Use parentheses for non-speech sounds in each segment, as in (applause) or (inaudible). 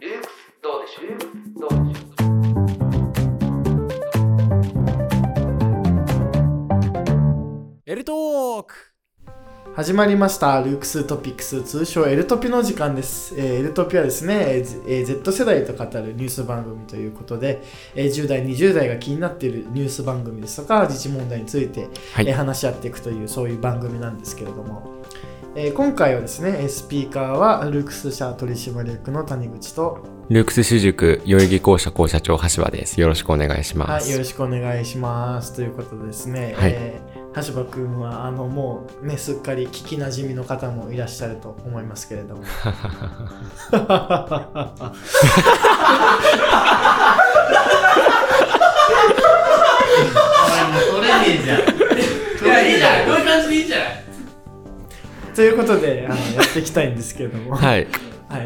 ルークスどうでしょうルークスどうでしょうエルトーク始まりました「ルークストピックス」通称「エルトピ」の時間です。えーエルトピはですね、えーずえー Z 世代と語るニュース番組ということで、えー10代、20代が気になっているニュース番組ですとか自治問題について、はいえー話し合っていくというそういう番組なんですけれども、えー今回はですねえースピーカーはルークス社取締役の谷口と、ルークス主塾代々木校舎校社長橋場です。よろしくお願いしまはい、す。よろしくお願いしますということでですね、はいえー橋場くんはあのもうねすっかり聞きなじみの方もいらっしゃると思いますけれ (laughs) ども取れねえじゃん。いやいいじゃんこういう感じでいいじゃないということであのやっていきたいんですけれども、ははい。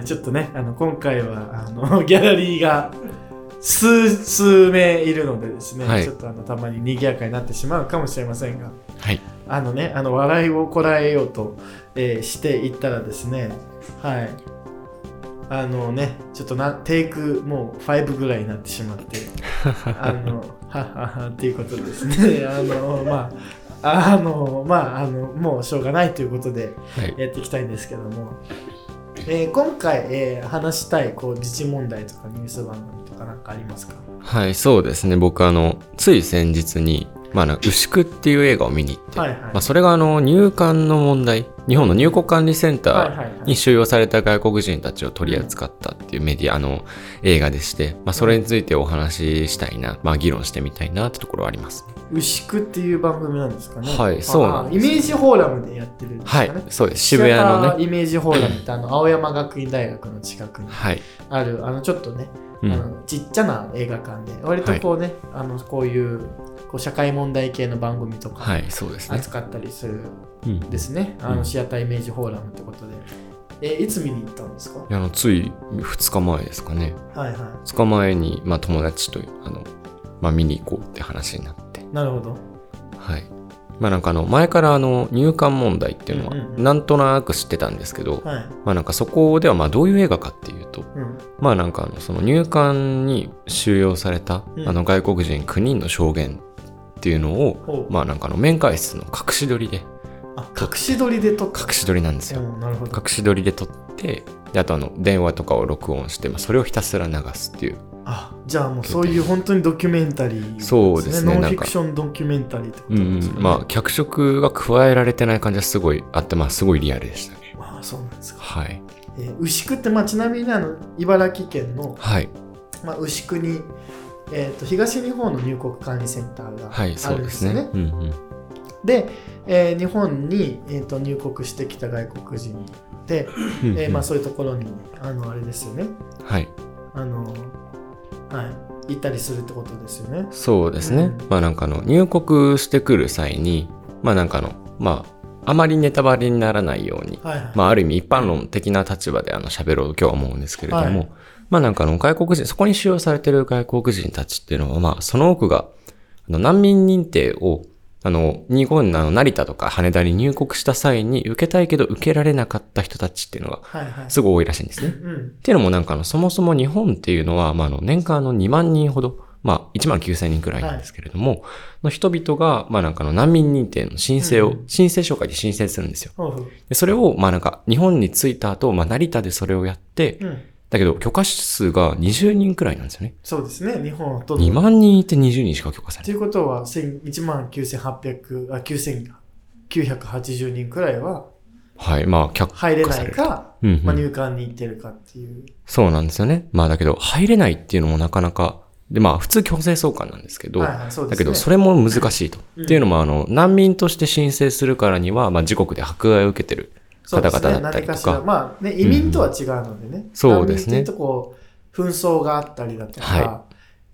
いちょっとねあの今回はあの (laughs) ギャラリーが数数名いるのでですね、はいちょっとあのたまに賑やかになってしまうかもしれませんがはい。あのね、あの笑いをこらえようと、えーしていったらですね、はい。あのね、ちょっとなテイクもう5ぐらいになってしまって、 (laughs) あの、はっはっはっていうことですね。 (laughs) あの、まあ、あの、まあ、あの、もうしょうがないということではい。やっていきたいんですけども、えー今回、えー話したい、こう、自治問題とかニュース番組とかなんかありますかはい、そうですね。僕、あの、つい先日に、まああの、牛久っていう映画を見に行って、はいはい。まあ、それが、あの、入管の問題、日本の入国管理センタはいーはいはいに収容された外国人たちを取り扱ったっていうメディア、あの、映画でして、まあ、それについてお話ししたいな、まあ、議論してみたいなってところはあります。牛久っていう番組なんですかね。はいそうなんですあイメージフォーラムでやってるんですはかね。い、そうです。渋谷のね。イメージフォーラムってあの青山学院大学の近くにはい。あるあのちょっとね、うあん。のちっちゃな映画館で割とこうね、あのこういうこう社会問題系の番組とかはい、そうですね。扱ったりするんうんですね、あうのんシアターイメージフォーラムってことで、えいつ見に行ったんですかいやあのつい2日前ですかね。はいは2日前に、まあ、友達とあの、まあ、見に行こうって話になって。いなるほどはい。まあなんかあの前からあの入管問題っていうのうんうんはうんなんとなく知ってたんですけど、はいまあなんかそこではまあどういう映画かっていうと、うんまあなんかあのその入管に収容されたうんあの外国人9人の証言っていうのを、ほうまあなんかあの面会室の隠し撮りで、あ隠し撮りで撮った隠し撮りなんですよ。うんなるほど隠し撮りで撮って、であとあの電話とかを録音して、まあ、それをひたすら流すっていうあじゃあもうそういう本当にドキュメンタリー、そうですねノンなんフかィクションドキュメンタリーってことうんなんですようね、ん、まあ脚色が加えられてない感じはすごいあってまあすごいリアルでしたねああそうなんですか、はいえー牛久って、まあ、ちなみにあの茨城県の、はいまあ、牛久に、えー、と東日本の入国管理センターがあはるんいですそようね。ですねうんうんで、えー日本に、えー、と入国してきた外国人で、うんえーうんまあ、そういうところにあのあれですよねはいあの、はい、行ったりするってことですよね。そうですね、うんまあなんかあの入国してくる際にまあなんかあのまああまりネタバレにならないようにはいはいまあある意味一般論的な立場であの喋ろうと今日は思うんですけれども、はいまあなんかあの外国人そこに使用されてる外国人たちっていうのはまあその多くがあの難民認定をあの日本のあの成田とか羽田に入国した際に受けたいけど受けられなかった人たちっていうのがはいはいすごい多いらしいんですね。うんっていうのもなんかあのそもそも日本っていうのは、まあ、あの年間あの2万人ほど、まあ、1万9千人くらいなんですけれども、の人々が、まあ、なんかあの難民認定の申請うをん、申請書会で申請するんですよ。ほうほうでそれを、まあなんか、日本に着いた後、まあ成田でそれをやって、うん、だけど許可数が20人くらいなんですよね。そうですね日本はと2万人いて20人しか許可されとない。いうことは1万9800あ9980人くらいははい、まあ、却下入れさなれいる。か、うんうんまあ、入管に行ってるかっていう。そうなんですよね。まあだけど、入れないっていうのもなかなか、で、まあ普通強制送還なんですけど、はいはいそうでだすけねど、それも難しいと。うんっていうのも、あの、難民として申請するからには、まあ、自国で迫害を受けてるそう方ですね々だったりと何しらか、まあね、移民とは違うのでね。そうですね難民っていうとこう紛争があったりだとか、は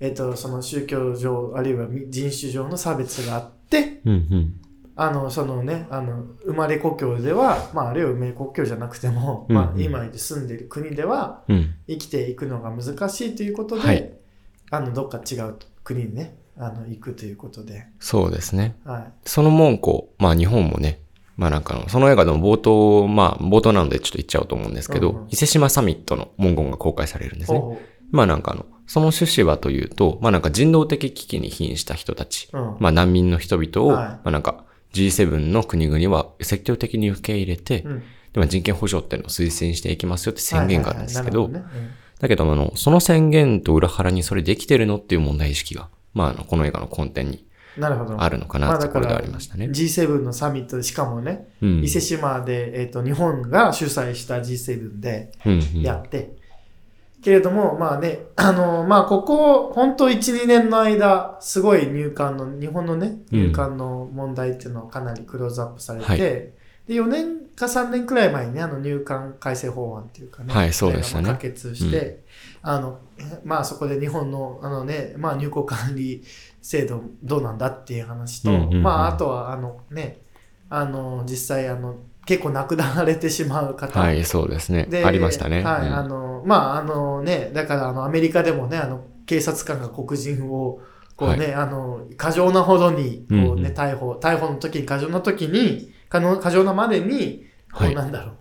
えっと、その宗教上、あるいは人種上の差別があって、うんうんあの、そのね、あの、生まれ故郷では、まあ、あるいは生まれ故郷じゃなくても、まうんあ、うん今住んでいる国では、うん、生きていくのが難しいということで、はいあのどっか違う国にねあの行くということで、そうですね。はその門戸、まあ、日本もね、まあなんかあの、その映画でも冒頭、まあ冒頭なのでちょっと言っちゃおうと思うんですけど、うんうん伊勢志摩サミットの文言が公開されるんですね。ほまあなんかあの、その趣旨はというと、まあなんか人道的危機に瀕した人たち、ううんまあ難民の人々を、はいまあなんか G7 の国々は積極的に受け入れて、うんでまあ人権保障っていうのを推薦していきますよって宣言があるんですけど、はいはいはいなるほねだけど、あの、その宣言と裏腹にそれできてるのっていう問題意識が、まああの、この映画の根底にうんなるほど。あるのかなってところではありましたね。 G7 のサミットで、しかもね、うん。伊勢志摩で、えっと日本が主催した G7 でうんうんやって、けれども、まあね、あのまあ、ここ、本当1、2年の間、すごい入管の、日本のね、うん入管の問題っていうのをかなりクローズアップされて、はいで、4年か3年くらい前にね、あの入管改正法案っていうかね、はいそうでしたねそれがまあ可決して、あの、まあそこで日本の、あのね、まあ入国管理制度どうなんだっていう話と、うんうんうんまああとは、あのね、あの、実際、あの、結構亡くなられてしまう方、はい、そうですねで。ありましたね。はい、うんあの、まあ、あのね、だから、あの、アメリカでもね、あの、警察官が黒人を、こうね、あの、過剰なほどに、こうね、うんうん逮捕、逮捕の時に過剰な時に、過剰過剰なまでに、こはういなんだろう、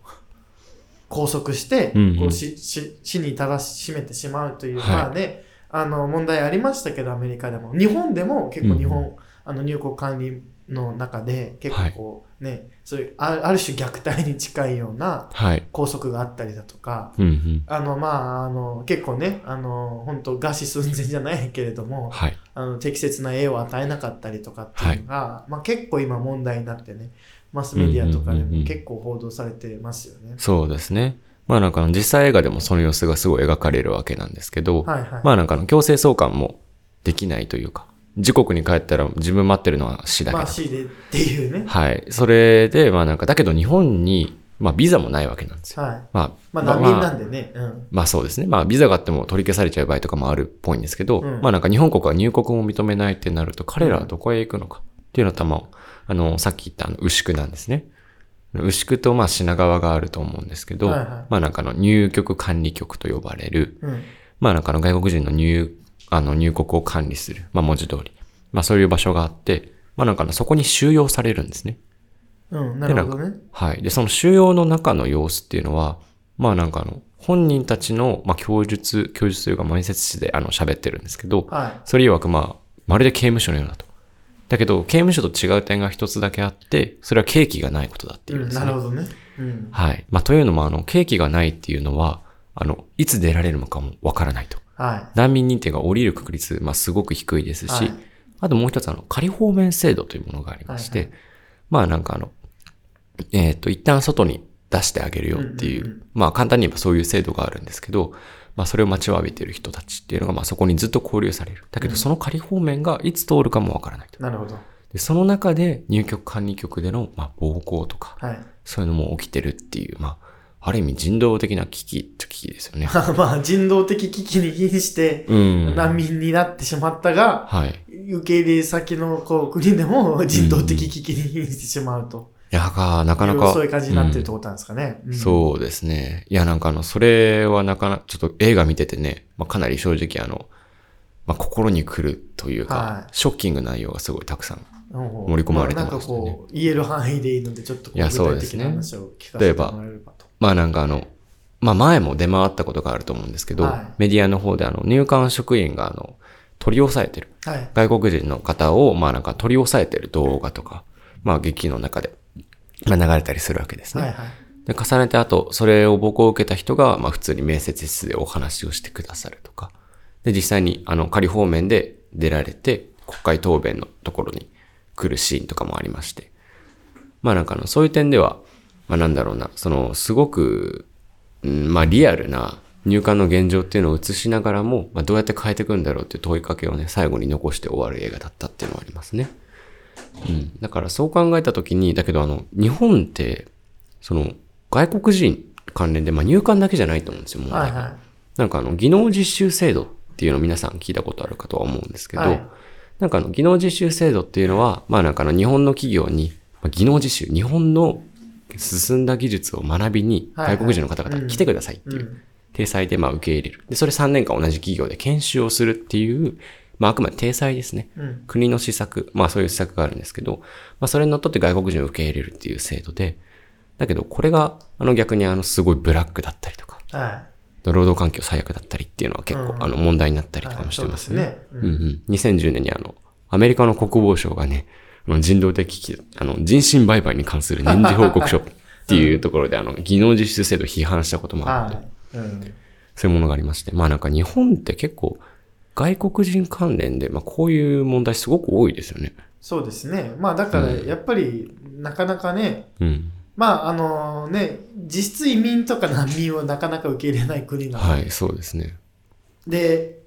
拘束して、うんうんこうしし死に至らしめてしまうという、はいまあね、あの、問題ありましたけど、アメリカでも。日本でも結構日本、うあの、入国管理の中で、結は構いこう、ね、そういう、あある種虐待に近いような、はい。拘束があったりだとか、うんうん。あの、まあ、あの、結構ね、あの、本当餓死寸前じゃないけれども、はい。あの、適切な絵を与えなかったりとかっていうのが、まあ結構今問題になってね、マスメディアとかうでんうんうんうもん結構報道されてますよね。そうですね。まあなんかあの、実際映画でもその様子がすごい描かれるわけなんですけど、はいはい。まあなんかあの、強制送還もできないというか、自国に帰ったら自分待ってるのは死だけまだあ C でっていうね。はい。それで、まあなんか、だけど日本に、まあビザもないわけなんですよ。はい。まあ、まあ難民まなあんでね。うん。まあそうですね。まあビザがあっても取り消されちゃう場合とかもあるっぽいんですけど、うんまあなんか日本国は入国も認めないってなると、彼らはどこへ行くのかっていうのはたまあ、あの、さっき言ったあの、牛久なんですね。牛久とまあ品川があると思うんですけど、はいはいまあなんかあの入局管理局と呼ばれる、うん。まあなんかあの外国人の入、あの入国を管理する、まあ文字通り、まあそういう場所があって、まあなんかあのそこに収容されるんですね。うん。なるほどね。はい。で、その収容の中の様子っていうのは、まあなんかあの、本人たちの、まあ、供述、供述というか前説詞であの喋ってるんですけど、はそれ曰くまあ、まるで刑務所のようだと。だけど、刑務所と違う点が一つだけあって、それは刑期がないことだってい。いううんでん。すなね。るほどね。うん。はい。まあというのも、あの、刑期がないっていうのは、あの、いつ出られるのかもわからないと。は難民認定が降りる確率、まあすごく低いですし、はいあともう一つあの、仮放免制度というものがありまして、はいまあなんかあの、えっ、と、一旦外に出してあげるよっていう、うんうんうまあ簡単に言えばそういう制度があるんですけど、まあそれを待ちわびている人たちっていうのが、まあそこにずっと交流される。だけどその仮放免がいつ通るかもわからないとい。。なるほど。でその中で入局管理局での、まあ、暴行とか、はい。 (laughs) そういうのも起きてるっていう、まあ、ある意味人道的な危機と危機です (laughs) よね。まあ人道的危機に瀕してうん。難民になってしまったが、はい。受け入れ先のこう国でも人道的危機に瀕してしまうと、いやが、なかなか。そういう感じになってるってと、ことなんですかね。うんそうですね。いや、なんかあの、それはなかなか、ちょっと映画見ててね、まあ、かなり正直あの、まあ、心に来るというか、はいショッキングな内容がすごいたくさん。うん盛り込まれてますねあなんかこう、言える範囲でいいので、ちょっとこういや具そう体で的すねな話を聞かせてもらえればと。まあなんかあの、まあ前も出回ったことがあると思うんですけど、はいメディアの方であの、入管職員があの、取り押さえてる。はい。外国人の方を、まあなんか取り押さえてる動画とか、まあ劇の中で、まあ流れたりするわけですね。はいはい。で、重ねて、あと、それを僕を受けた人が、まあ、普通に面接室でお話をしてくださるとか。で、実際に、あの、仮方面で出られて、国会答弁のところに来るシーンとかもありまして。まあ、なんかあの、そういう点では、まあ、なんだろうな、その、すごく、うん、まあ、リアルな入管の現状っていうのを映しながらも、まあ、どうやって変えていくんだろうっていう問いかけをね、最後に残して終わる映画だったっていうのはありますね。うん。だから、そう考えたときに、だけど、あの、日本って、その、外国人関連で、まあ、入管だけじゃないと思うんですよ、もう。はいはなんかあの、技能実習制度っていうのを皆さん聞いたことあるかとは思うんですけど、はいなんかあの、技能実習制度っていうのは、まあなんかあの、日本の企業に、まあ、技能実習、日本の進んだ技術を学びに、はいはい外国人の方々が来てくださいってい。う。いうん体裁でまあ受け入れる。で、それ3年間同じ企業で研修をするっていう、まあ、あくまで体裁ですね。うん。国の施策、まあそういう施策があるんですけど、まあそれにのっとって外国人を受け入れるっていう制度で、だけどこれが、あの逆にあのすごいブラックだったりとか、は労働環境最悪だったりっていうのは結構、うんあの問題になったい。りとかもしてますはね。いうんそうでうすね。ん。2010年にあの、アメリカの国防省がね、あの人道的危機、あの、人身売買に関する年次報告書っていうとこ (laughs) ろで、あの、技能実習制度を批判したことうん。もあって、はい。うん。そういうものがありまして、まあなんか日本って結構、外国人関連で、まあこういう問題すごく多いですよね。そうですね。まあだから、うんやっぱり、なかなかね、うん。まああのね、実質移民とか難民をなかなか受け入れない国なので、はい、そうですね。で、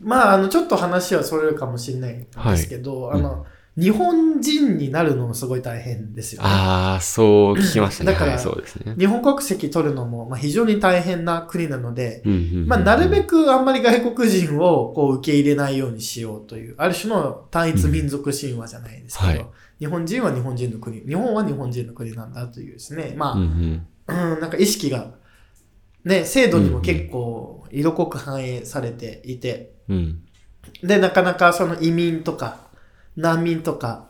まあ、あの、ちょっと話はそれるかもしれないんですけど、はいあの、日本人になるのもすごい大変ですよね。ああ、そう聞きましたね。だからはい、そうですね。日本国籍取るのも、まあ、非常に大変な国なので、うんうんうんまあ、なるべくあんまり外国人をこう受け入れないようにしようという、ある種の単一民族神話じゃないですけど、うんはい日本人は日本人の国、日本は日本人の国なんだというですね、まあ、うんうんうん、なんか意識が、ね、制度にも結構色濃く反映されていて、うん。で、なかなかその移民とか、難民とか、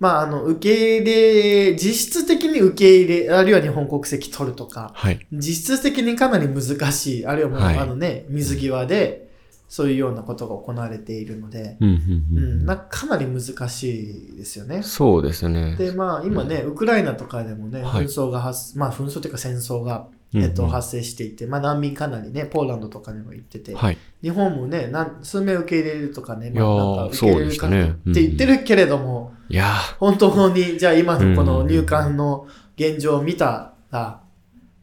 まあ、あの、受け入れ、実質的に受け入れ、あるいは日本国籍取るとか、はい。実質的にかなり難しい、あるいはもう、はいあのね、水際で、そういうようなことが行われているので、うんううんうんん、なかなり難しいですよね。そうですね。で、まあ、今ね、ウクライナとかでもね、は紛い争が発、まあ、紛争というか戦争が、うんえっと、発生していて、まあ、難民かなりね、ポーランドとかにも行ってて、はい。日本もね、なん数名受け入れるとかね、いやまーあなんか受け入れそうるでしかたってねうん言ってるけれども、いやー本当に、じゃあ今のこうのん入管の現状を見たら、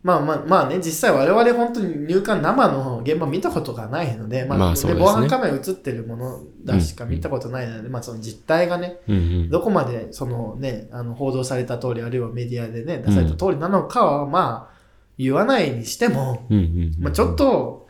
まあまあまあね、実際我々本当に入管生の現場見たことがないので、まあ、まあねそうですね防犯カメラ映ってるものだしか見たことないので、まあその実態がね、うんうんどこまでそのね、あの報道された通り、あるいはメディアでね、出された通りなのかは、まあ、言わないにしても、うんうんうんまあ、ちょっと、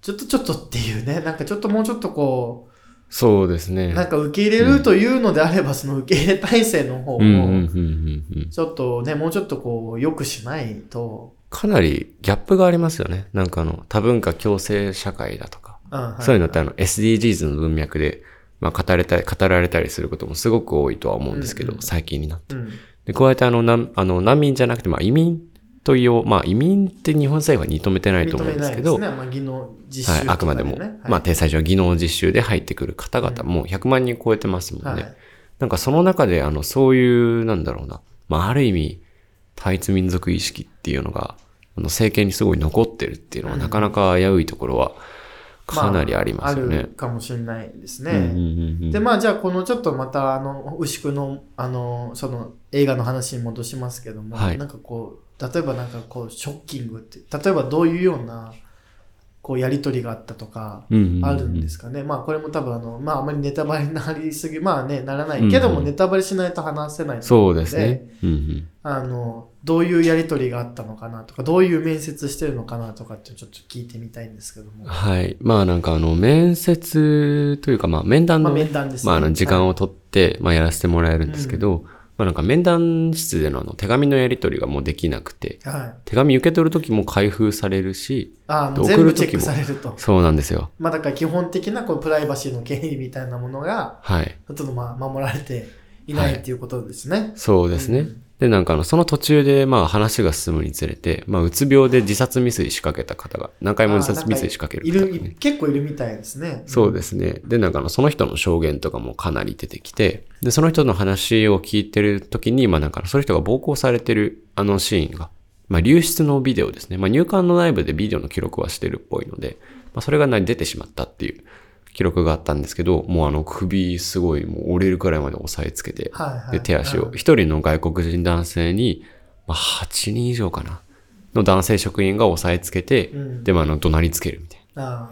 ちょっとちょっとっていうね、なんかちょっともうちょっとこそうですねう、なんか受け入れるというのであれば、その受け入れ体制の方を、うんうんうんうんうんちょっとね、もうちょっとこう、良くしないと、かなりギャップがありますよねなんかあの多文化共生社会だとか、うんはそういうのってあの SDGs の文脈で、まあ、語れたり語られたりすることもすごく多いとは思うんですけど、うんうん最近になってうんで、加えてあの、なんあの難民じゃなくて、まあ移民というよう、まあ移民って日本政府は認めてないと認思うめんでなすいけですど、ね、まあ、技能実は習い、とあかくねまでも、はいまあ、定裁上技能実習で入ってくる方々、うんもう100万人超えてますもんね。はいなんかその中で、あの、そういう、なんだろうな、まあ、ある意味、単一民族意識っていうのが、あの、政権にすごい残ってるっていうのは、うんなかなか危ういところは、かなりありますよあるね。かもしれないですね。うんうんうんで、まあ、じゃあ、このちょっとまた、あの、牛久の、あの、その、映画の話に戻しますけども、はいなんかこう、例えばなんかこう、ショッキングって、例えばどういうような、こう、やりとりがあったとか、うんうんうんあるんですかね。まあ、これも多分、あの、まあ、あまりネタバレになりすぎ、まあね、ならないけどうも、んうんネタバレしないと話せない。そうですね。うんうんあの、どういうやりとりがあったのかなとか、どういう面接してるのかなとかって、ちょっと聞いてみたいんですけども。はい。まあなんかあの、面接というか、まあ面談まあ、のね、面談ですね。まあ、あの、時間を。を取って、まあ、やらせてもらえるんですけど、まあ、なんか面談室でのあの、手紙のやり取りがもうできなくて、はい。手紙受け取るときも開封されるし、ああ、もうで全部送チるェッ時クもされると。そうなんですよ。まあだから基本的なこうプライバシーの権利みたいなものが、はい。ちょっとまあ守られていないっていうことですね。そうですね。で、なんかあの、その途中で、まあ、話が進むにつれて、まあ、うつ病で自殺未遂仕掛けた方が、何回も自殺未遂仕掛けああるなん方が、かいねる。結構いるみたいですね。そうですね。で、なんかあの、その人の証言とかもかなり出てきて、で、その人の話を聞いてるときに、まあなんかあの、その人が暴行されてるあのシーンが、まあ流出のビデオですね。まあ入管の内部でビデオの記録はしてるっぽいので、まあそれが何出てしまったっていう記録があったんですけど、もうあの首すごいもう折れるくらいまで押さえつけて、はいはい。で、手足うを、ん。一人の外国人男性に、まあ8人以上かな、の男性職員が押さえつけてうん、で、まああの怒鳴りつけるみたいな。あっ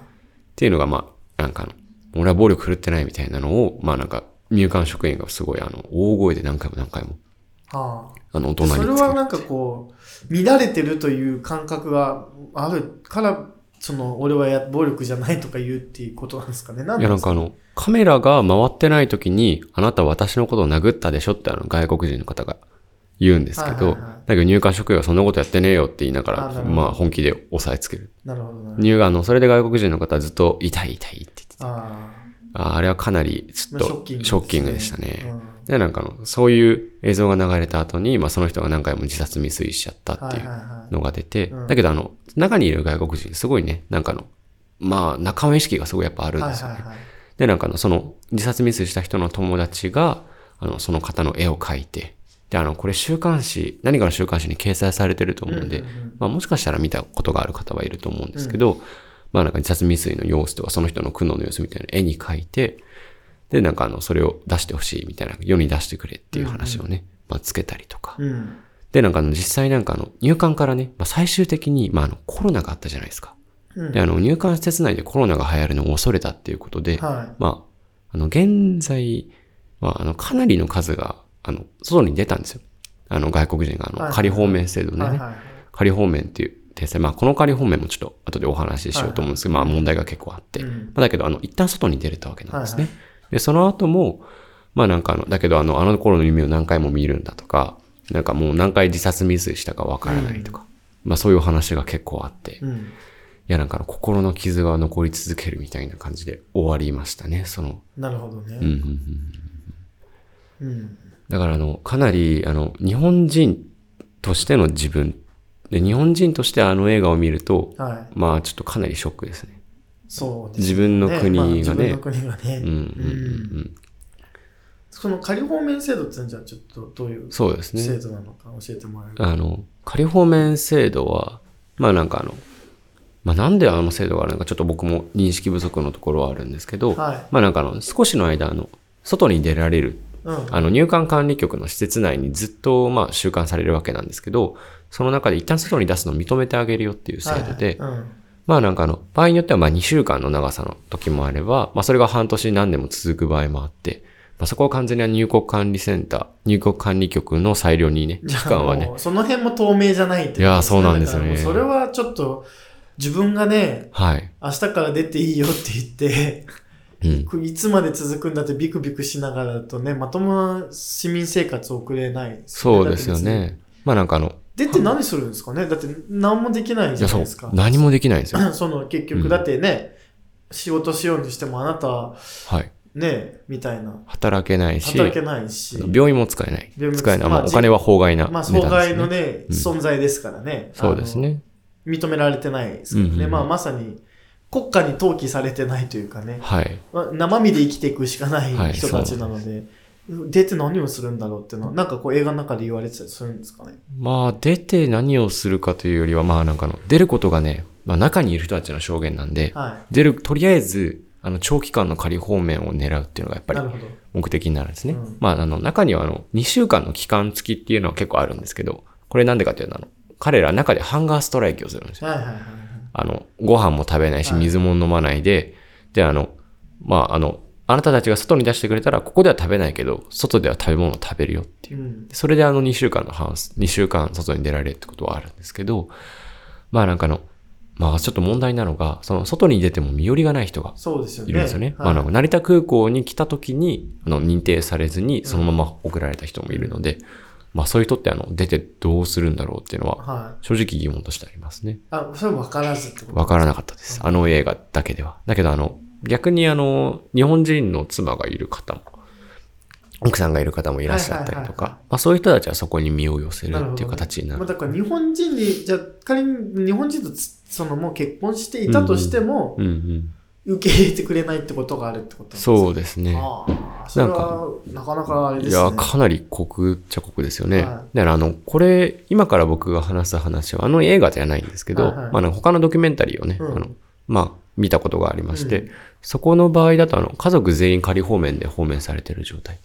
ていうのが、まあ、なんかあの、俺は暴力振るってないみたいなのを、まあなんか、入管職員がすごい、あの、大声で何回も何回も、あ。ああの、大人あ。そにれつけはる。なんかこう、乱れてるという感覚があるから、その、俺はや暴力じゃないとか言うっていうことなんですかね。なんいや、なんですかあの、カメラが回ってない時に、あなた私のことを殴ったでしょってあの、外国人の方が言うんですけはいど、はいはいだけど入管職員はそんなことやってねえよって言いながら、あなるほどまあ本気で押さえつける。なるほどなるほど。入管の、それで外国人の方はずっと、痛い痛いって言ってて、ああ。ああれはかなり、ちょっまあショとッキシングですねョッキングでしたね。うんで、なんかあの、そういう映像が流れた後に、まあ、その人が何回も自殺未遂しちゃったっはていいうはいはのが出て、うんだけどあの、中にいる外国人、すごいね、なんかあの、まあ、仲間意識がすごいやっぱあい。るんはいですよね。はいはい。で、なんかあの、その、自殺ミスした人の友達が、あの、その方の絵を描いて、で、あの、これ週刊誌、何かの週刊誌に掲載されてると思うんで、うんうんうんまあ、もしかしたら見たことがある方はいると思うんですけど、まあ、なんか自殺未遂の様子とか、その人の苦悩の様子みたいな絵に描いて、で、なんかあの、それを出してほしいみたいな、世に出してくれっていう話をね、まあ、つけたりとか。うん。で、なんかあの、実際なんかあの、入管からね、まあ、最終的に、まあ、あの、コロナがあったじゃないですか。うんで、あの、入管施設内でコロナが流行るのを恐れたっていうことで、はい。まあ、あの、現在、まあ、あの、かなりの数が、あの、外に出たんですよ。あの、外国人が、あはいの、仮放免制度はでいね、はい。仮放免っていう訂正、まあ、この仮放免もちょっと後でお話ししようと思うんですけど、まあ、問題が結構あって、うまんあだけど、あの、一旦外に出れたわけなんですね。はいで、その後も、まあ、なんか、あの、だけど、あの、あの頃の夢を何回も見るんだとか、なんかもう何回自殺未遂したかわからないとか、まあ、そういうお話が結構あって、いうん。や、なんかあの、心の傷が残り続けるみたいな感じで終わりましたね、その、なるほどうんうね。んうん。うん。だからあの、かなり、あの、日本人としての自分。で、日本人としてあの映画を見ると、はい。まあちょっとかなりショックですね。そうですね自分の国がねまあ自分の。国がね。うんうんうんうん。その仮放免制度ってのはじゃあちょっとどういうそうです制ね。度なのか教えてもらえるあの、仮放免制度は、まあなんかあの、まあなんであの制度があるのかちょっと僕も認識不足のところはあるんですけど、はい。まあなんかあの、少しの間あの、外に出られるうん。あの入管管理局の施設内にずっとまあ収監されるわけなんですけど、その中で一旦外に出すのを認めてあげるよっていう制度で、はいはいうんまあなんかあの、場合によってはまあ2週間の長さの時もあれば、まあそれが半年何年も続く場合もあって、まあそこは完全には入国管理センター、入国管理局の裁量にね、期間はじゃねあも、うその辺も透明じゃないってこといやーそうなんですよねだからもうそれはちょっと、自分がね、はい。明日から出ていいよって言って、うん。いつまで続くんだってビクビクしながらだとね、まともな市民生活を送れない、そうですよだって別に。ね。まあなんかあの、出て何するんですかねだって何もできないいじやゃないそうですか。、何もできないんですよ。 (laughs) その結う局、んだってね、仕事しようにしてもあなたははい。ね、みたいな、働けないし、働けないし、病院も使えない。病院も使えない。まあまあお金は法外な値ま段ですね。あ、障害のね、うん存在ですからね。そうですね。あの。認められてないですからうね。んうんうんまあ、まさに国家に登記されてないというかね、はい。まあ生身で生きていくしかなはいい人たちなので、出て何をするんだろうっていうのは、なんかこう映画の中で言われてたりするんですかね。まあ、出て何をするかというよりは、まあなんかあの、出ることがね、まあ中にいる人たちの証言なんで、は出る、とりあえず、あの、長期間の仮放免を狙うっていうのがやっい。ぱりなるほど。目的になるんですね。うんまあ、あの、中にはあの、2週間の期間付きっていうのは結構あるんですけど、これなんでかというと、あの、彼ら中でハンガーストライキをするんですよ。はいはいはいはい。あの、ご飯も食べないし、はい水も飲まないで、で、あの、まあ、あの、あなたたちが外に出してくれたら、ここでは食べないけど、外では食べ物を食べるよっていうう。ん。でそれであの2週間のハウス、2週間外に出られるってことはあるんですけど、まあなんかあの、まあちょっと問題なのが、その外に出ても身寄りがない人がそうですよね。いるんですよね。まはあいなんか成田空港に来た時に、あの認定されずにそのまま送られた人もいるので、まあそういう人ってあの出てどうするんだろうっていうのは、はい。正直疑問としてありますね。あ、それ分からずってことわからなかったです。あの映画だけでは。だけどあの、逆にあの、日本人の妻がいる方も、奥さんがいる方もいらっしゃったりとはいはいはいか、まあそういう人たちはそこに身を寄せるなるほっていどうね形になるまあ、。だから日本人に、じゃあ仮に日本人とつそのもう結婚していたとしても、うんうん。受け入れてくれないってことがあるってことなんですねそうですね。ああ、それはなかなかあれでいすね。や、かなり酷っちゃ酷ですよね。はだからあの、これ、今から僕が話す話は、あの映画じゃないんですけど、はいはいまあなんか他のドキュメンタリーをね、うんあの、まあ、見たことがありまして、うそこの場合だと、あの、家族全員仮方面で方面されてる状 (laughs) 態。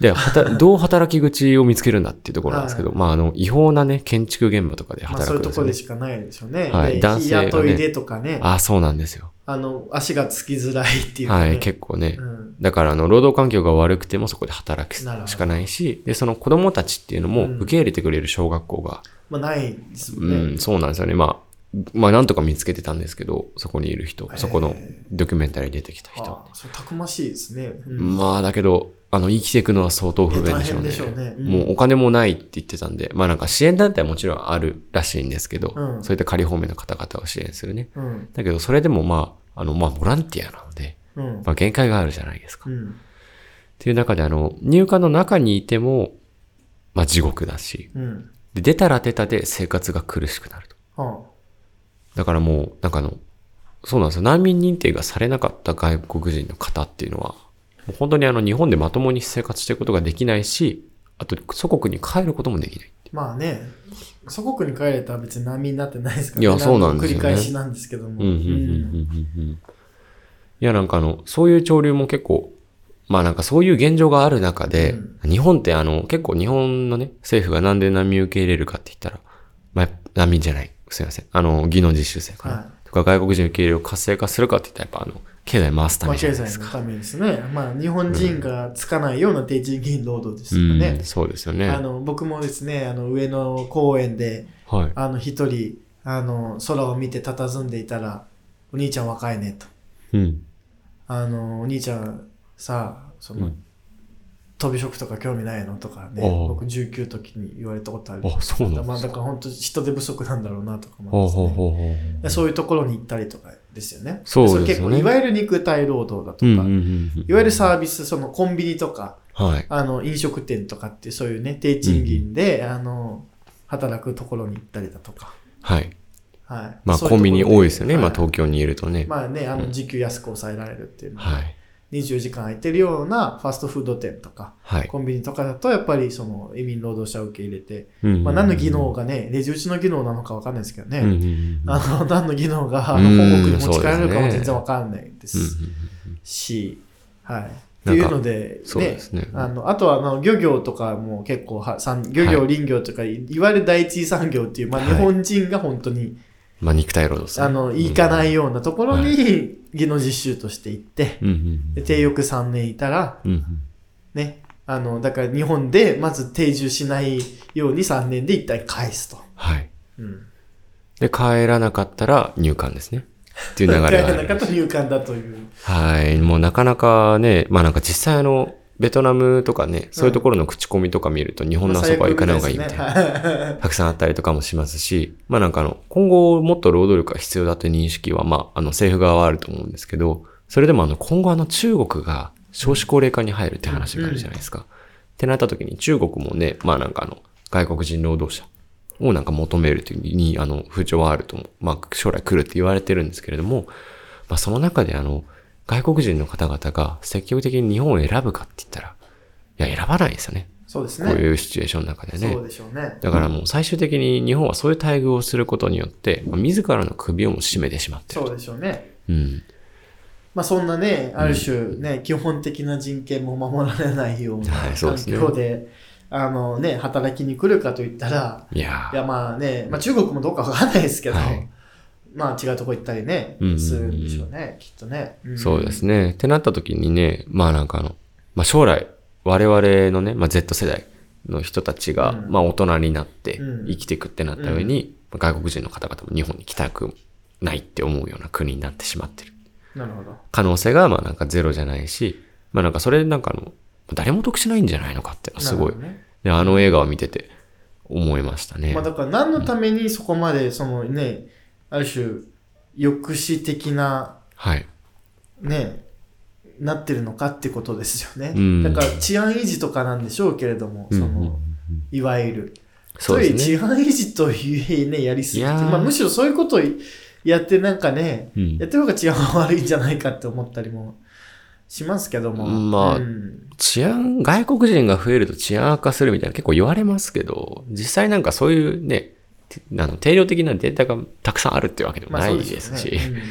で、はたどう働き口を見つけるんだっていうところなんですけど、はまあ、あの、違法なね、建築現場とかでまあ、働そうくいんうとですこよ、ろでね。しかないでしょうね。はいで男性がね日雇いでとかねあ、あ、そうなんですよ。の、足がつきづらいっていうか、ね。はい、結構ね。うん。だから、あの、労働環境が悪くてもそこで働くしなるほどかないし、で、その子供たちっていうのもうん受け入れてくれる小学校が、まあ、ないですもうんん、ね。そうなんですよね。まあ、まあ、なんとか見つけてたんですけど、そこにいる人へ、ーそこのドキュメンタリーに出てきた人あ。あそれたくましいですね。うんまあ、だけど、あの、生きていくのは相当不便でしょういや大変ね。でしょうねうんもうお金もないって言ってたんで、まあなんか支援団体はもちろんあるらしいんですけど、うんそういった仮方面の方々を支援するね。うん。だけど、それでもまあ、あの、まあ、ボランティアなので、うん。まあ、限界があるじゃないですか。うっん。ていう中で、あの、入管の中にいても、まあ、地獄だし、うん。で出たら出たで生活が苦しくなると。はだからもう、なんかあの、そうなんですよ。難民認定がされなかった外国人の方っていうのは、もう本当にあの、日本でまともに生活していくことができないし、あと、祖国に帰ることもできない。あ、まあね、祖国に帰れたら別に難民になってないですから、ね、いやそうなんですよね繰り返しなんですけども。うんうんうんうんうんうんいや、なんかあの、そういう潮流も結構、まあなんかそういう現状がある中で、日本ってあの、結構日本のね、政府がなんで難民受け入れるかって言ったら、まあ、難民じゃない。すいません。あの、技能実習生かな。はいとか外国人受け入れを活性化するかって言ったら、やっぱあの、経済回すたまめあ、じゃ経ないです済か。のためですね。まあ、日本人がつかないような低賃金労働ですようんね。そうですよね。あの僕もですね、あの上野公園で、はい。あの一人、あの空を見て佇んでいたら、お兄ちゃん若いねと。うん。あのお兄ちゃんさ、その、飛び職とか興味ないのとかね、ああ僕19時に言われたことある。あ、そうなんでまあ、すだか。から本当人手不足なんだろうなとか思ほいうますほうねほうほう。でそういうところに行ったりとかですよね。そうですよそれね結構、いわゆる肉体労働だうとか、んうんうんいわゆるサービス、そのコンビニとか、うん。はい。あの飲食店とかってそういうね、低賃金で、あの働くところに行ったりだとか。はい。はい、まあそうコンビニところ多いですよね。まあは東京にいるとねい。まあね、あうのん時給安く抑えられるっていうのは、はい。 24時間空いてるようなファストフード店とか、はい。コンビニとかだと、やっぱりその移民労働者を受け入れて、ままあ、何の技能がね、レジ打ちの技能なのかわかんないですけどね、うんうんうんうんあの何の技能があうのん本国に持ち帰れそうでするかねも全然わかんないですうんうんし、はい。ってなんいかうので、そうですねあのあとはあの漁業とかも結構は、産漁は業、林業とか、い、わゆる第一次産業っていう、まあ、はい日本人が本当に、まあ肉体労働ですねあの行かないよ。ようなところに、は技能実習として行って、うんうんで定欲3年いたら、うんうんね、あのだから日本でまず定住しないように3年で一旦返すと。はい。うんで、帰らなかったら入管です (laughs) ね。っていう流れがあ帰るらなかった入管だ (laughs) という。はい。もうなかなかね、まあなんか実際あの、ベトナムとかね、そういうところの口コミとか見ると日本のあそこは行かない方がいいみたいな。な。たくさんあったりとかもしますし、まあなんかあの、今後もっと労働力が必要だという認識は、まああの政府側はあると思うんですけど、それでもあの、今後あの中国が少子高齢化に入るって話があるじゃないですか。ってなった時に中国もね、まあなんかあの、外国人労働者をなんか求めるというに、あの、風潮はあると思う。まあ将来来るって言われてるんですけれども、まあその中であの、外国人の方々が積極的に日本を選ぶかって言ったら、いや選ばないですよね。 (laughs) そうですこうね。いうシチュエーションの中でね。そうでしょうね。だからもう最終的に日本はそういう待遇をすることによって、まあ自らの首をも絞めてしまってる。そうでしょうね。うん。まあそんなね、ある種ね、基本的な人権も守られないようなはいそう環ですね境で、あのね、働きに来るかといったら、いやいーやまあね、まあ中国もどうかわかんないですけど、はいまあ違うとこ行ったりねうんうんう、んするんでしょうね、きっとね。んそうですね。ってなった時にね、まあなんかあの、まあ将来、我々のね、まあ Z 世代の人たちが、うんまあ大人になってうん生きていくってなった上に、まあ外国人の方々も日本に来たくないって思うような国になってしまってる。なるほど。可能性がまあなんかゼロじゃないし、まあなんかそれでなんかあの、誰も得しないんじゃないのかっていうのはすごないるほ。どねで、あの映画を見てて思いましたね。まあだから何のためにそこまで、そのね、ある種、抑止的なはい。ね、なってるのかってことですよね。うんだから治安維持とかなんでしょうけれども、そうんうんのいわゆる。そうれですね。治安維持というね、やりすぎいて、やーまあ、むしろそういうことをやってなんかね、うんやってる方が治安は悪いんじゃないかって思ったりもしますけども。まあうん治安、外国人が増えると治安悪化するみたいな結構言われますけど、実際なんかそういうね、てあの定量的なデータがたくさんあるっていうわけでもまあなそいうですし、よね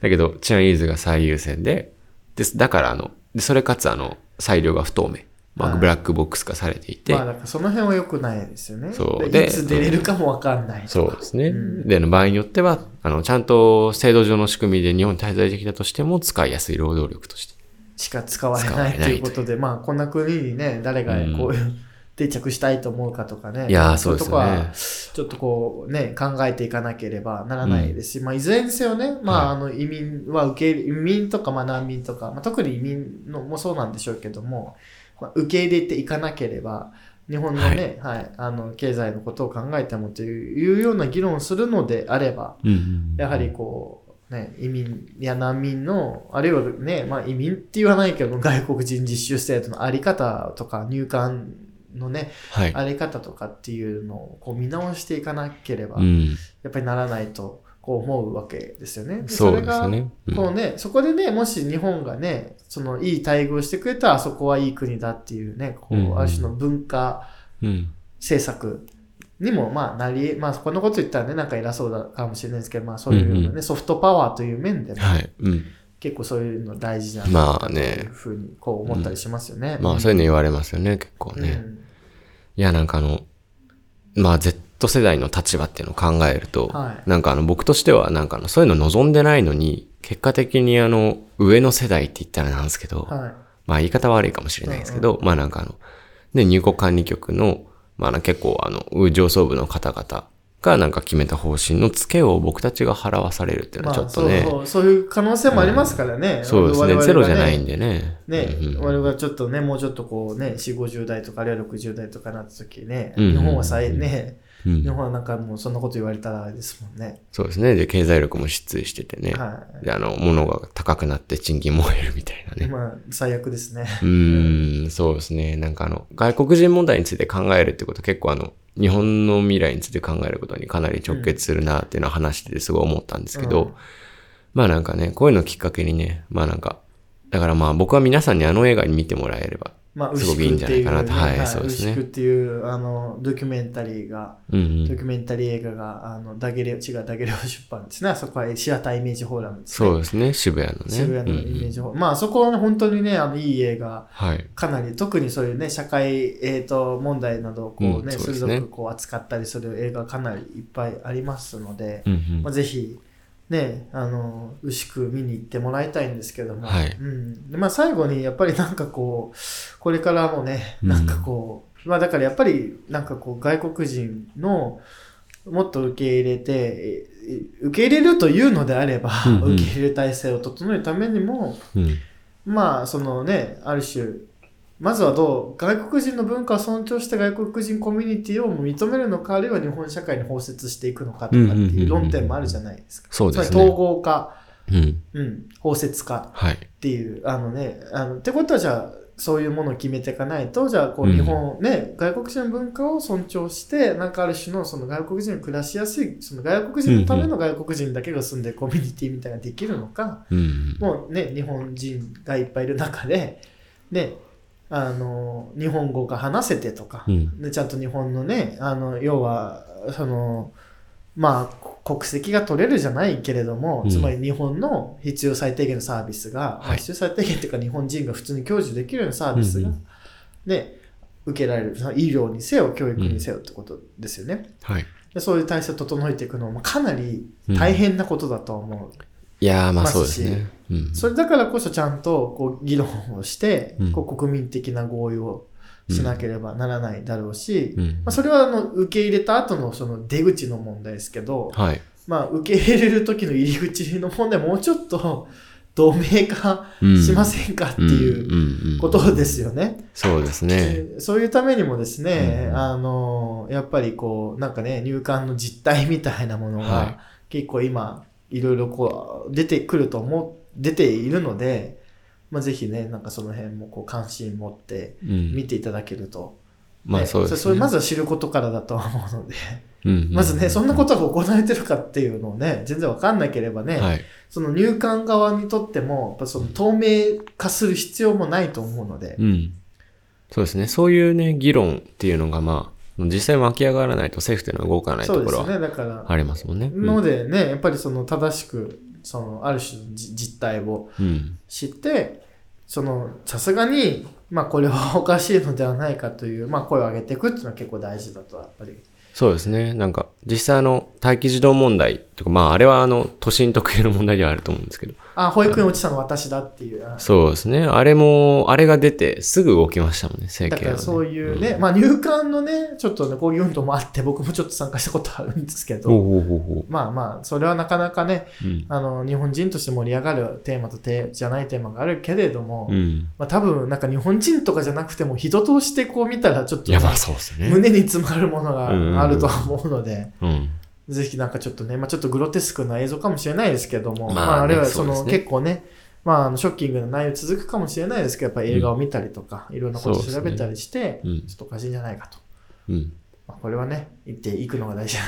だけど治安維持が最優先で、ですだからあの、でそれかつあの、裁量が不透明、まあはいブラックボックス化されていうんて、まあだからその辺は良くないですよね。そうででいつ出れるかもわかんない。そうですね。うんで、あの場合によっては、あの、ちゃんと制度上の仕組みで日本に滞在できたとしても使いやすい労働力として。しか使われないということで、まあ、こんな国にね、誰がこういう、定着したいと思うかとかね、いやー、そうですいとこよはね。ちょっとこうね、考えていかなければならないですし、まあ、いずれにせよね、まあ、あの移民は受け入れ、移民とかまあ難民とか、まあ、特に移民のもそうなんでしょうけども、まあ、受け入れていかなければ、日本のね、はい、あの、経済のことを考えてもというような議論をするのであれば、うんうんやはりこう、ね、移民や難民の、あるいはね、まあ移民って言わないけど、外国人実習制度のあり方とか、入管のね、はい。あり方とかっていうのをこう見直していかなければ、うん。やっぱりならないと、こう思うわけですよね。でそうでれすがよね。うんこうね、そこでね、もし日本がね、そのいい待遇をしてくれたら、あそこはいい国だっていうね、こうんうんう、ある種の文化うん。政策にも、まあ、なり、まあ、こんなこと言ったらね、なんか偉そうだかもしれないですけど、まあ、そういううんね、うソフトパワーという面でも、はい。うん。結構そういうの大事なまあとねいうふうに、こう思ったりしますよね。まあそういうの言われますよね、結構ね。いや、なんかあの、まあ Z 世代の立場っていうのを考えると、はいなんかあの僕としてはなんかあのそういうの望んでないのに、結果的にあの上の世代って言ったらなんですけど、うんはい。まあ言い方悪いかもしれないですけど、まあなんかあの、で、入国管理局の、まあなんか結構あの、上層部の方々がなんか決めた方針のツケを僕たちが払わされるっていうのまあ、はちょっとそうね、そう、そういう可能性もありますからね。そうです我々ね、がゼロじゃないんでね。ね、うんうん我々はちょっとね、もうちょっとこうね、4、50代とか、あるいは60代とかなった時ね、うんうん日本は最、ね、うん日本はなんかもうそんなこと言われたらあれですもんね。そうですね。で、経済力も失墜しててね。はいで、あの、物が高くなって賃金も減るみたいなね。まあ、最悪ですね。うーん、そうですね。なんかあの、外国人問題について考えるってこと結構あの、日本の未来について考えることにかなり直結するなっていうのは話しててすごい思ったんですけど、うんまあなんかね、こういうのをきっかけにね、まあなんか、だからまあ僕は皆さんにあの映画に見てもらえれば、まあ、す牛ごくいい久んっじゃてないいう、かなとはいねそうですね牛久っていう、あの、ドキュメンタリーが、うんうドキん。ュメンタリー映画が、あの、ダゲレオ、違う、ダゲレオ出版ですね。あそこはシアターイメージフォーラムですね。そうですね、渋谷のね。渋谷のイメうんうーんジフォーラム。まあ、そこはね、本当にね、あの、いい映画、はい。かなり特にそういうね社会、えー、と問題などをこう、ねうんそうです鋭ねくこう扱ったりする映画かなりいっぱいありますので、うんうんまあ、ぜひ、ね、あの牛久見に行ってもらいたいんですけども、はいうんでまあ、最後にやっぱりなんかこうこれからもねうんなんかこう、まあ、だからやっぱりなんかこう外国人のもっと受け入れてえ受け入れるというのであれば、うんうん受け入れ体制を整えるためにもうんまあそのねある種まずはどう外国人の文化を尊重して外国人コミュニティを認めるのかあるいは日本社会に包摂していくのかとかってうんうんうんういんう論点もあるじゃないですか。そうつでまりすね。統合化、うん。うん、包摂化はい。っていうあのねあのってことはじゃあそういうものを決めていかないとじゃあこううん日本、ね外国人の文化を尊重してなんかある種のその外国人が暮らしやすいその外国人のための外国人だけが住んでるコミュニティみたいなのができるのか、うんうん。もうね、日本人がいっぱいいる中で、ね、あの、日本語が話せてとか、うんでちゃんと日本のね、あの、要は、その、まあ、こ国籍が取れるじゃないけれども、うんつまり日本の必要最低限のサービスはが、いまあ必要最低限というか日本人が普通に享受できるようなサービスが、うんね、受けられる。その医療にせよ、教育にせよってことですよね。はい。でそういう体制を整えていくのもかなりうん大変なことだと思う。いやー、まあますしそうですね。うん。それだからこそちゃんとこう議論をして、うんこう国民的な合意をしなければならないだろうし、うんまあ、それはあの受け入れた後のその出口の問題ですけど、はい。まあ、受け入れる時の入り口の問題もうちょっと (laughs) 同盟化うんしませんかっていううんうんことですよね。そうですね。そういうためにもですね、うんあのやっぱりこうなんかね入管の実態みたいなものはいが結構今いろいろこう出てくると思う出ているので、まあ、ぜひねなんかその辺もこう関心持ってうん見ていただけると、まあねそうですね。それまずは知ることからだとは思うので、うんうんまずねそんなことが行われてるかっていうのをね全然わかんなければね、はい。その入管側にとってもやっぱその透明化する必要もないと思うので。うん。そうですね。そういうね、議論っていうのがまあ、実際湧き上がらないと政府っていうのは動かないそとうこでろすはねだからありますもんね。うんのでね、やっぱりその正しくそのある種のじ実態をうん。知ってそのさすがに、まあ、これはおかしいのではないかという、まあ、声を上げていくっていうのは結構大事だとやっぱりそうですね。なんか、実際あの、待機児童問題とか、まああれはあの、都心特有の問題ではあると思うんですけど、あ保育園落ちたの私だっていうあそうですね。あれも、あれが出てすぐ動きましたもんね、政だか権は、らね。そういううんね、まあ、入管のねちょっとねこういう運動もあって僕もちょっと参加したことあるんですけほうどほうほうほまあまあそれはなかなかねう。うん。あの日本人として盛り上がるテーマとテーじゃないテーマがあるけれども、うん。まあ、多分なんか日本人とかじゃなくても人としてこう見たらちょっといや、ね、まあそうですね。胸に詰まるものがあるとは思うので、うん。ぜひなんかちょっとね、まあ、ちょっとグロテスクな映像かもしれないですけども、まあまねあ、あ、るいはそのそうですね結構ね、まあ、あのショッキングな内容続くかもしれないですけど、やっぱり映画を見たりとか、いろんなこと調べたりして、うんちょっとおかしいんじゃないかと。うん。まあ、これはね、言っていくのが大事だ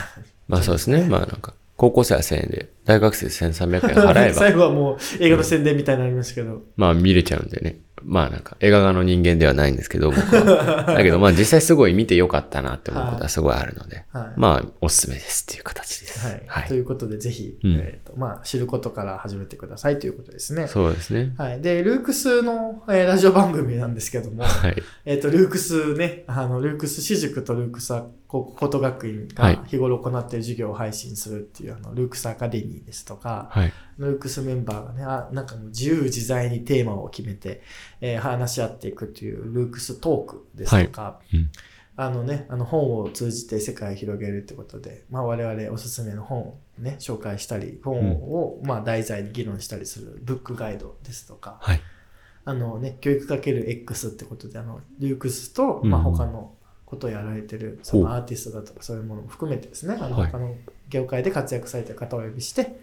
まあそうですね。まあなんか、高校生は1000円で、大学生1300円払えば、 (laughs) 最後はもう映画の宣伝みたいになりますけど、まあ見れちゃうんでね。まあなんか、映画側の人間ではないんですけど、僕 (laughs) はだけどまあ実際すごい見てよかったなって思うことはすごいあるので、はい。まあおすすめですっていう形です。はいということで、ぜひ、うんえーとまあ、知ることから始めてくださいということですね。そうですね。はい、で、ルークスの、えーラジオ番組なんですけども、はい。えっ、と、ルークスね、あの、ルークス私塾とルークスこと学院はいが日頃行っている授業を配信するっていう、あの、ルークスアカデミーですとか、はい。ルークスメンバーがね、あなんかもう自由自在にテーマを決めて、えー話し合っていくというルークストークですとか、いうんあのね、あの本を通じて世界を広げるってことで、まあ我々おすすめの本をね、紹介したり、本を、まあ題材に議論したりするブックガイドですとか、はい。あのね、教育かける X ってことで、あの、ルークスと、うんまあ、他のことをやられてる、ほそうのアーティストだとかそういうものも含めてですね、あの、はい他の業界で活躍されてる方をお呼びして、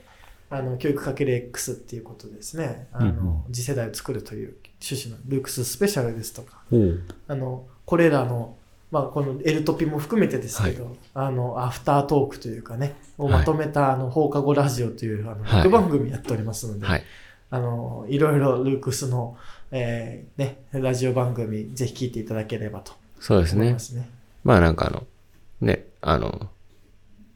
あの、教育かける X っていうことでですね、あの、次世代を作るという趣旨のルークススペシャルですとか、おうあの、これらの、まあ、このエルトピも含めてですけど、あの、アフタートークというかね、をまとめた、あの、放課後ラジオという、あの、はい僕番組やっておりますので、はい。あの、いろいろルークスの、えーね、ラジオ番組、ぜひ聞いていただければとそうです思いねま。すね。まあなんかあの、ね、あの、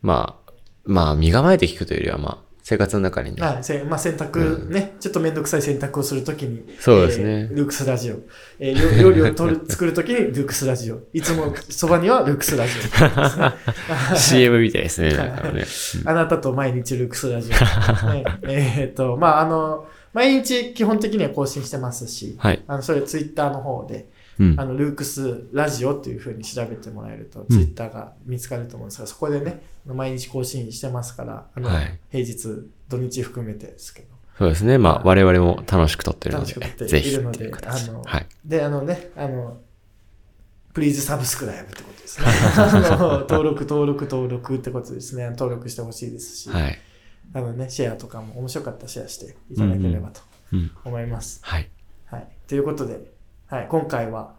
まあ、まあ身構えて聞くというよりはまあ、生活の中にね、はい、せまあ、選択、うんね、ちょっとめんどくさい選択をするときに、そうですねえールークスラジオ。えー (laughs) 料料理を取る作るときにルークスラジオ。いつもそばにはルークスラジオですね、 (laughs) CM みたいですね。なんかね。あなたと毎日ルークスラジオ。 (laughs) ね、えーっと、まあ、あの、毎日基本的には更新してますし、はい。あの、それツイッターの方で、うんあ。のルークスラジオっていうふうに調べてもらえると、うんツイッターが見つかると思うんですが、そこでね、毎日更新してますから、あのはい平日、土日含めてですけど。そうですね。まあ、我々も楽しく撮ってるの楽しく撮っていで、るぜひのっでていう形であのはい。で、あのね、あの、プリーズサブスクライブってことです (laughs) ね。あの登録、登録、登録ってことですね。登録してほしいですし、はい。あのね、シェアとかも面白かったらシェアしていただければとうん。思います。はい。はい。ということで、はい、今回は、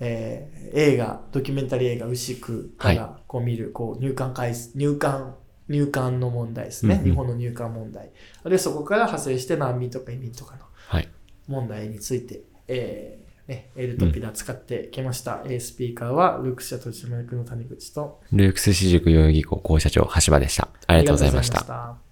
えー映画、ドキュメンタリー映画、牛久かはらこう見る、こう、入管回数、入管、入管の問題ですうね。んうん日本の入管問題。あるいはそこから派生して難民とか移民とかのはい。問題について、えーね、エルトピラ使ってきました。えースピーカーは、ルークス社と島役の谷口と、ルークス私塾代々木高校社長、橋場でした。あありがとうございました。た。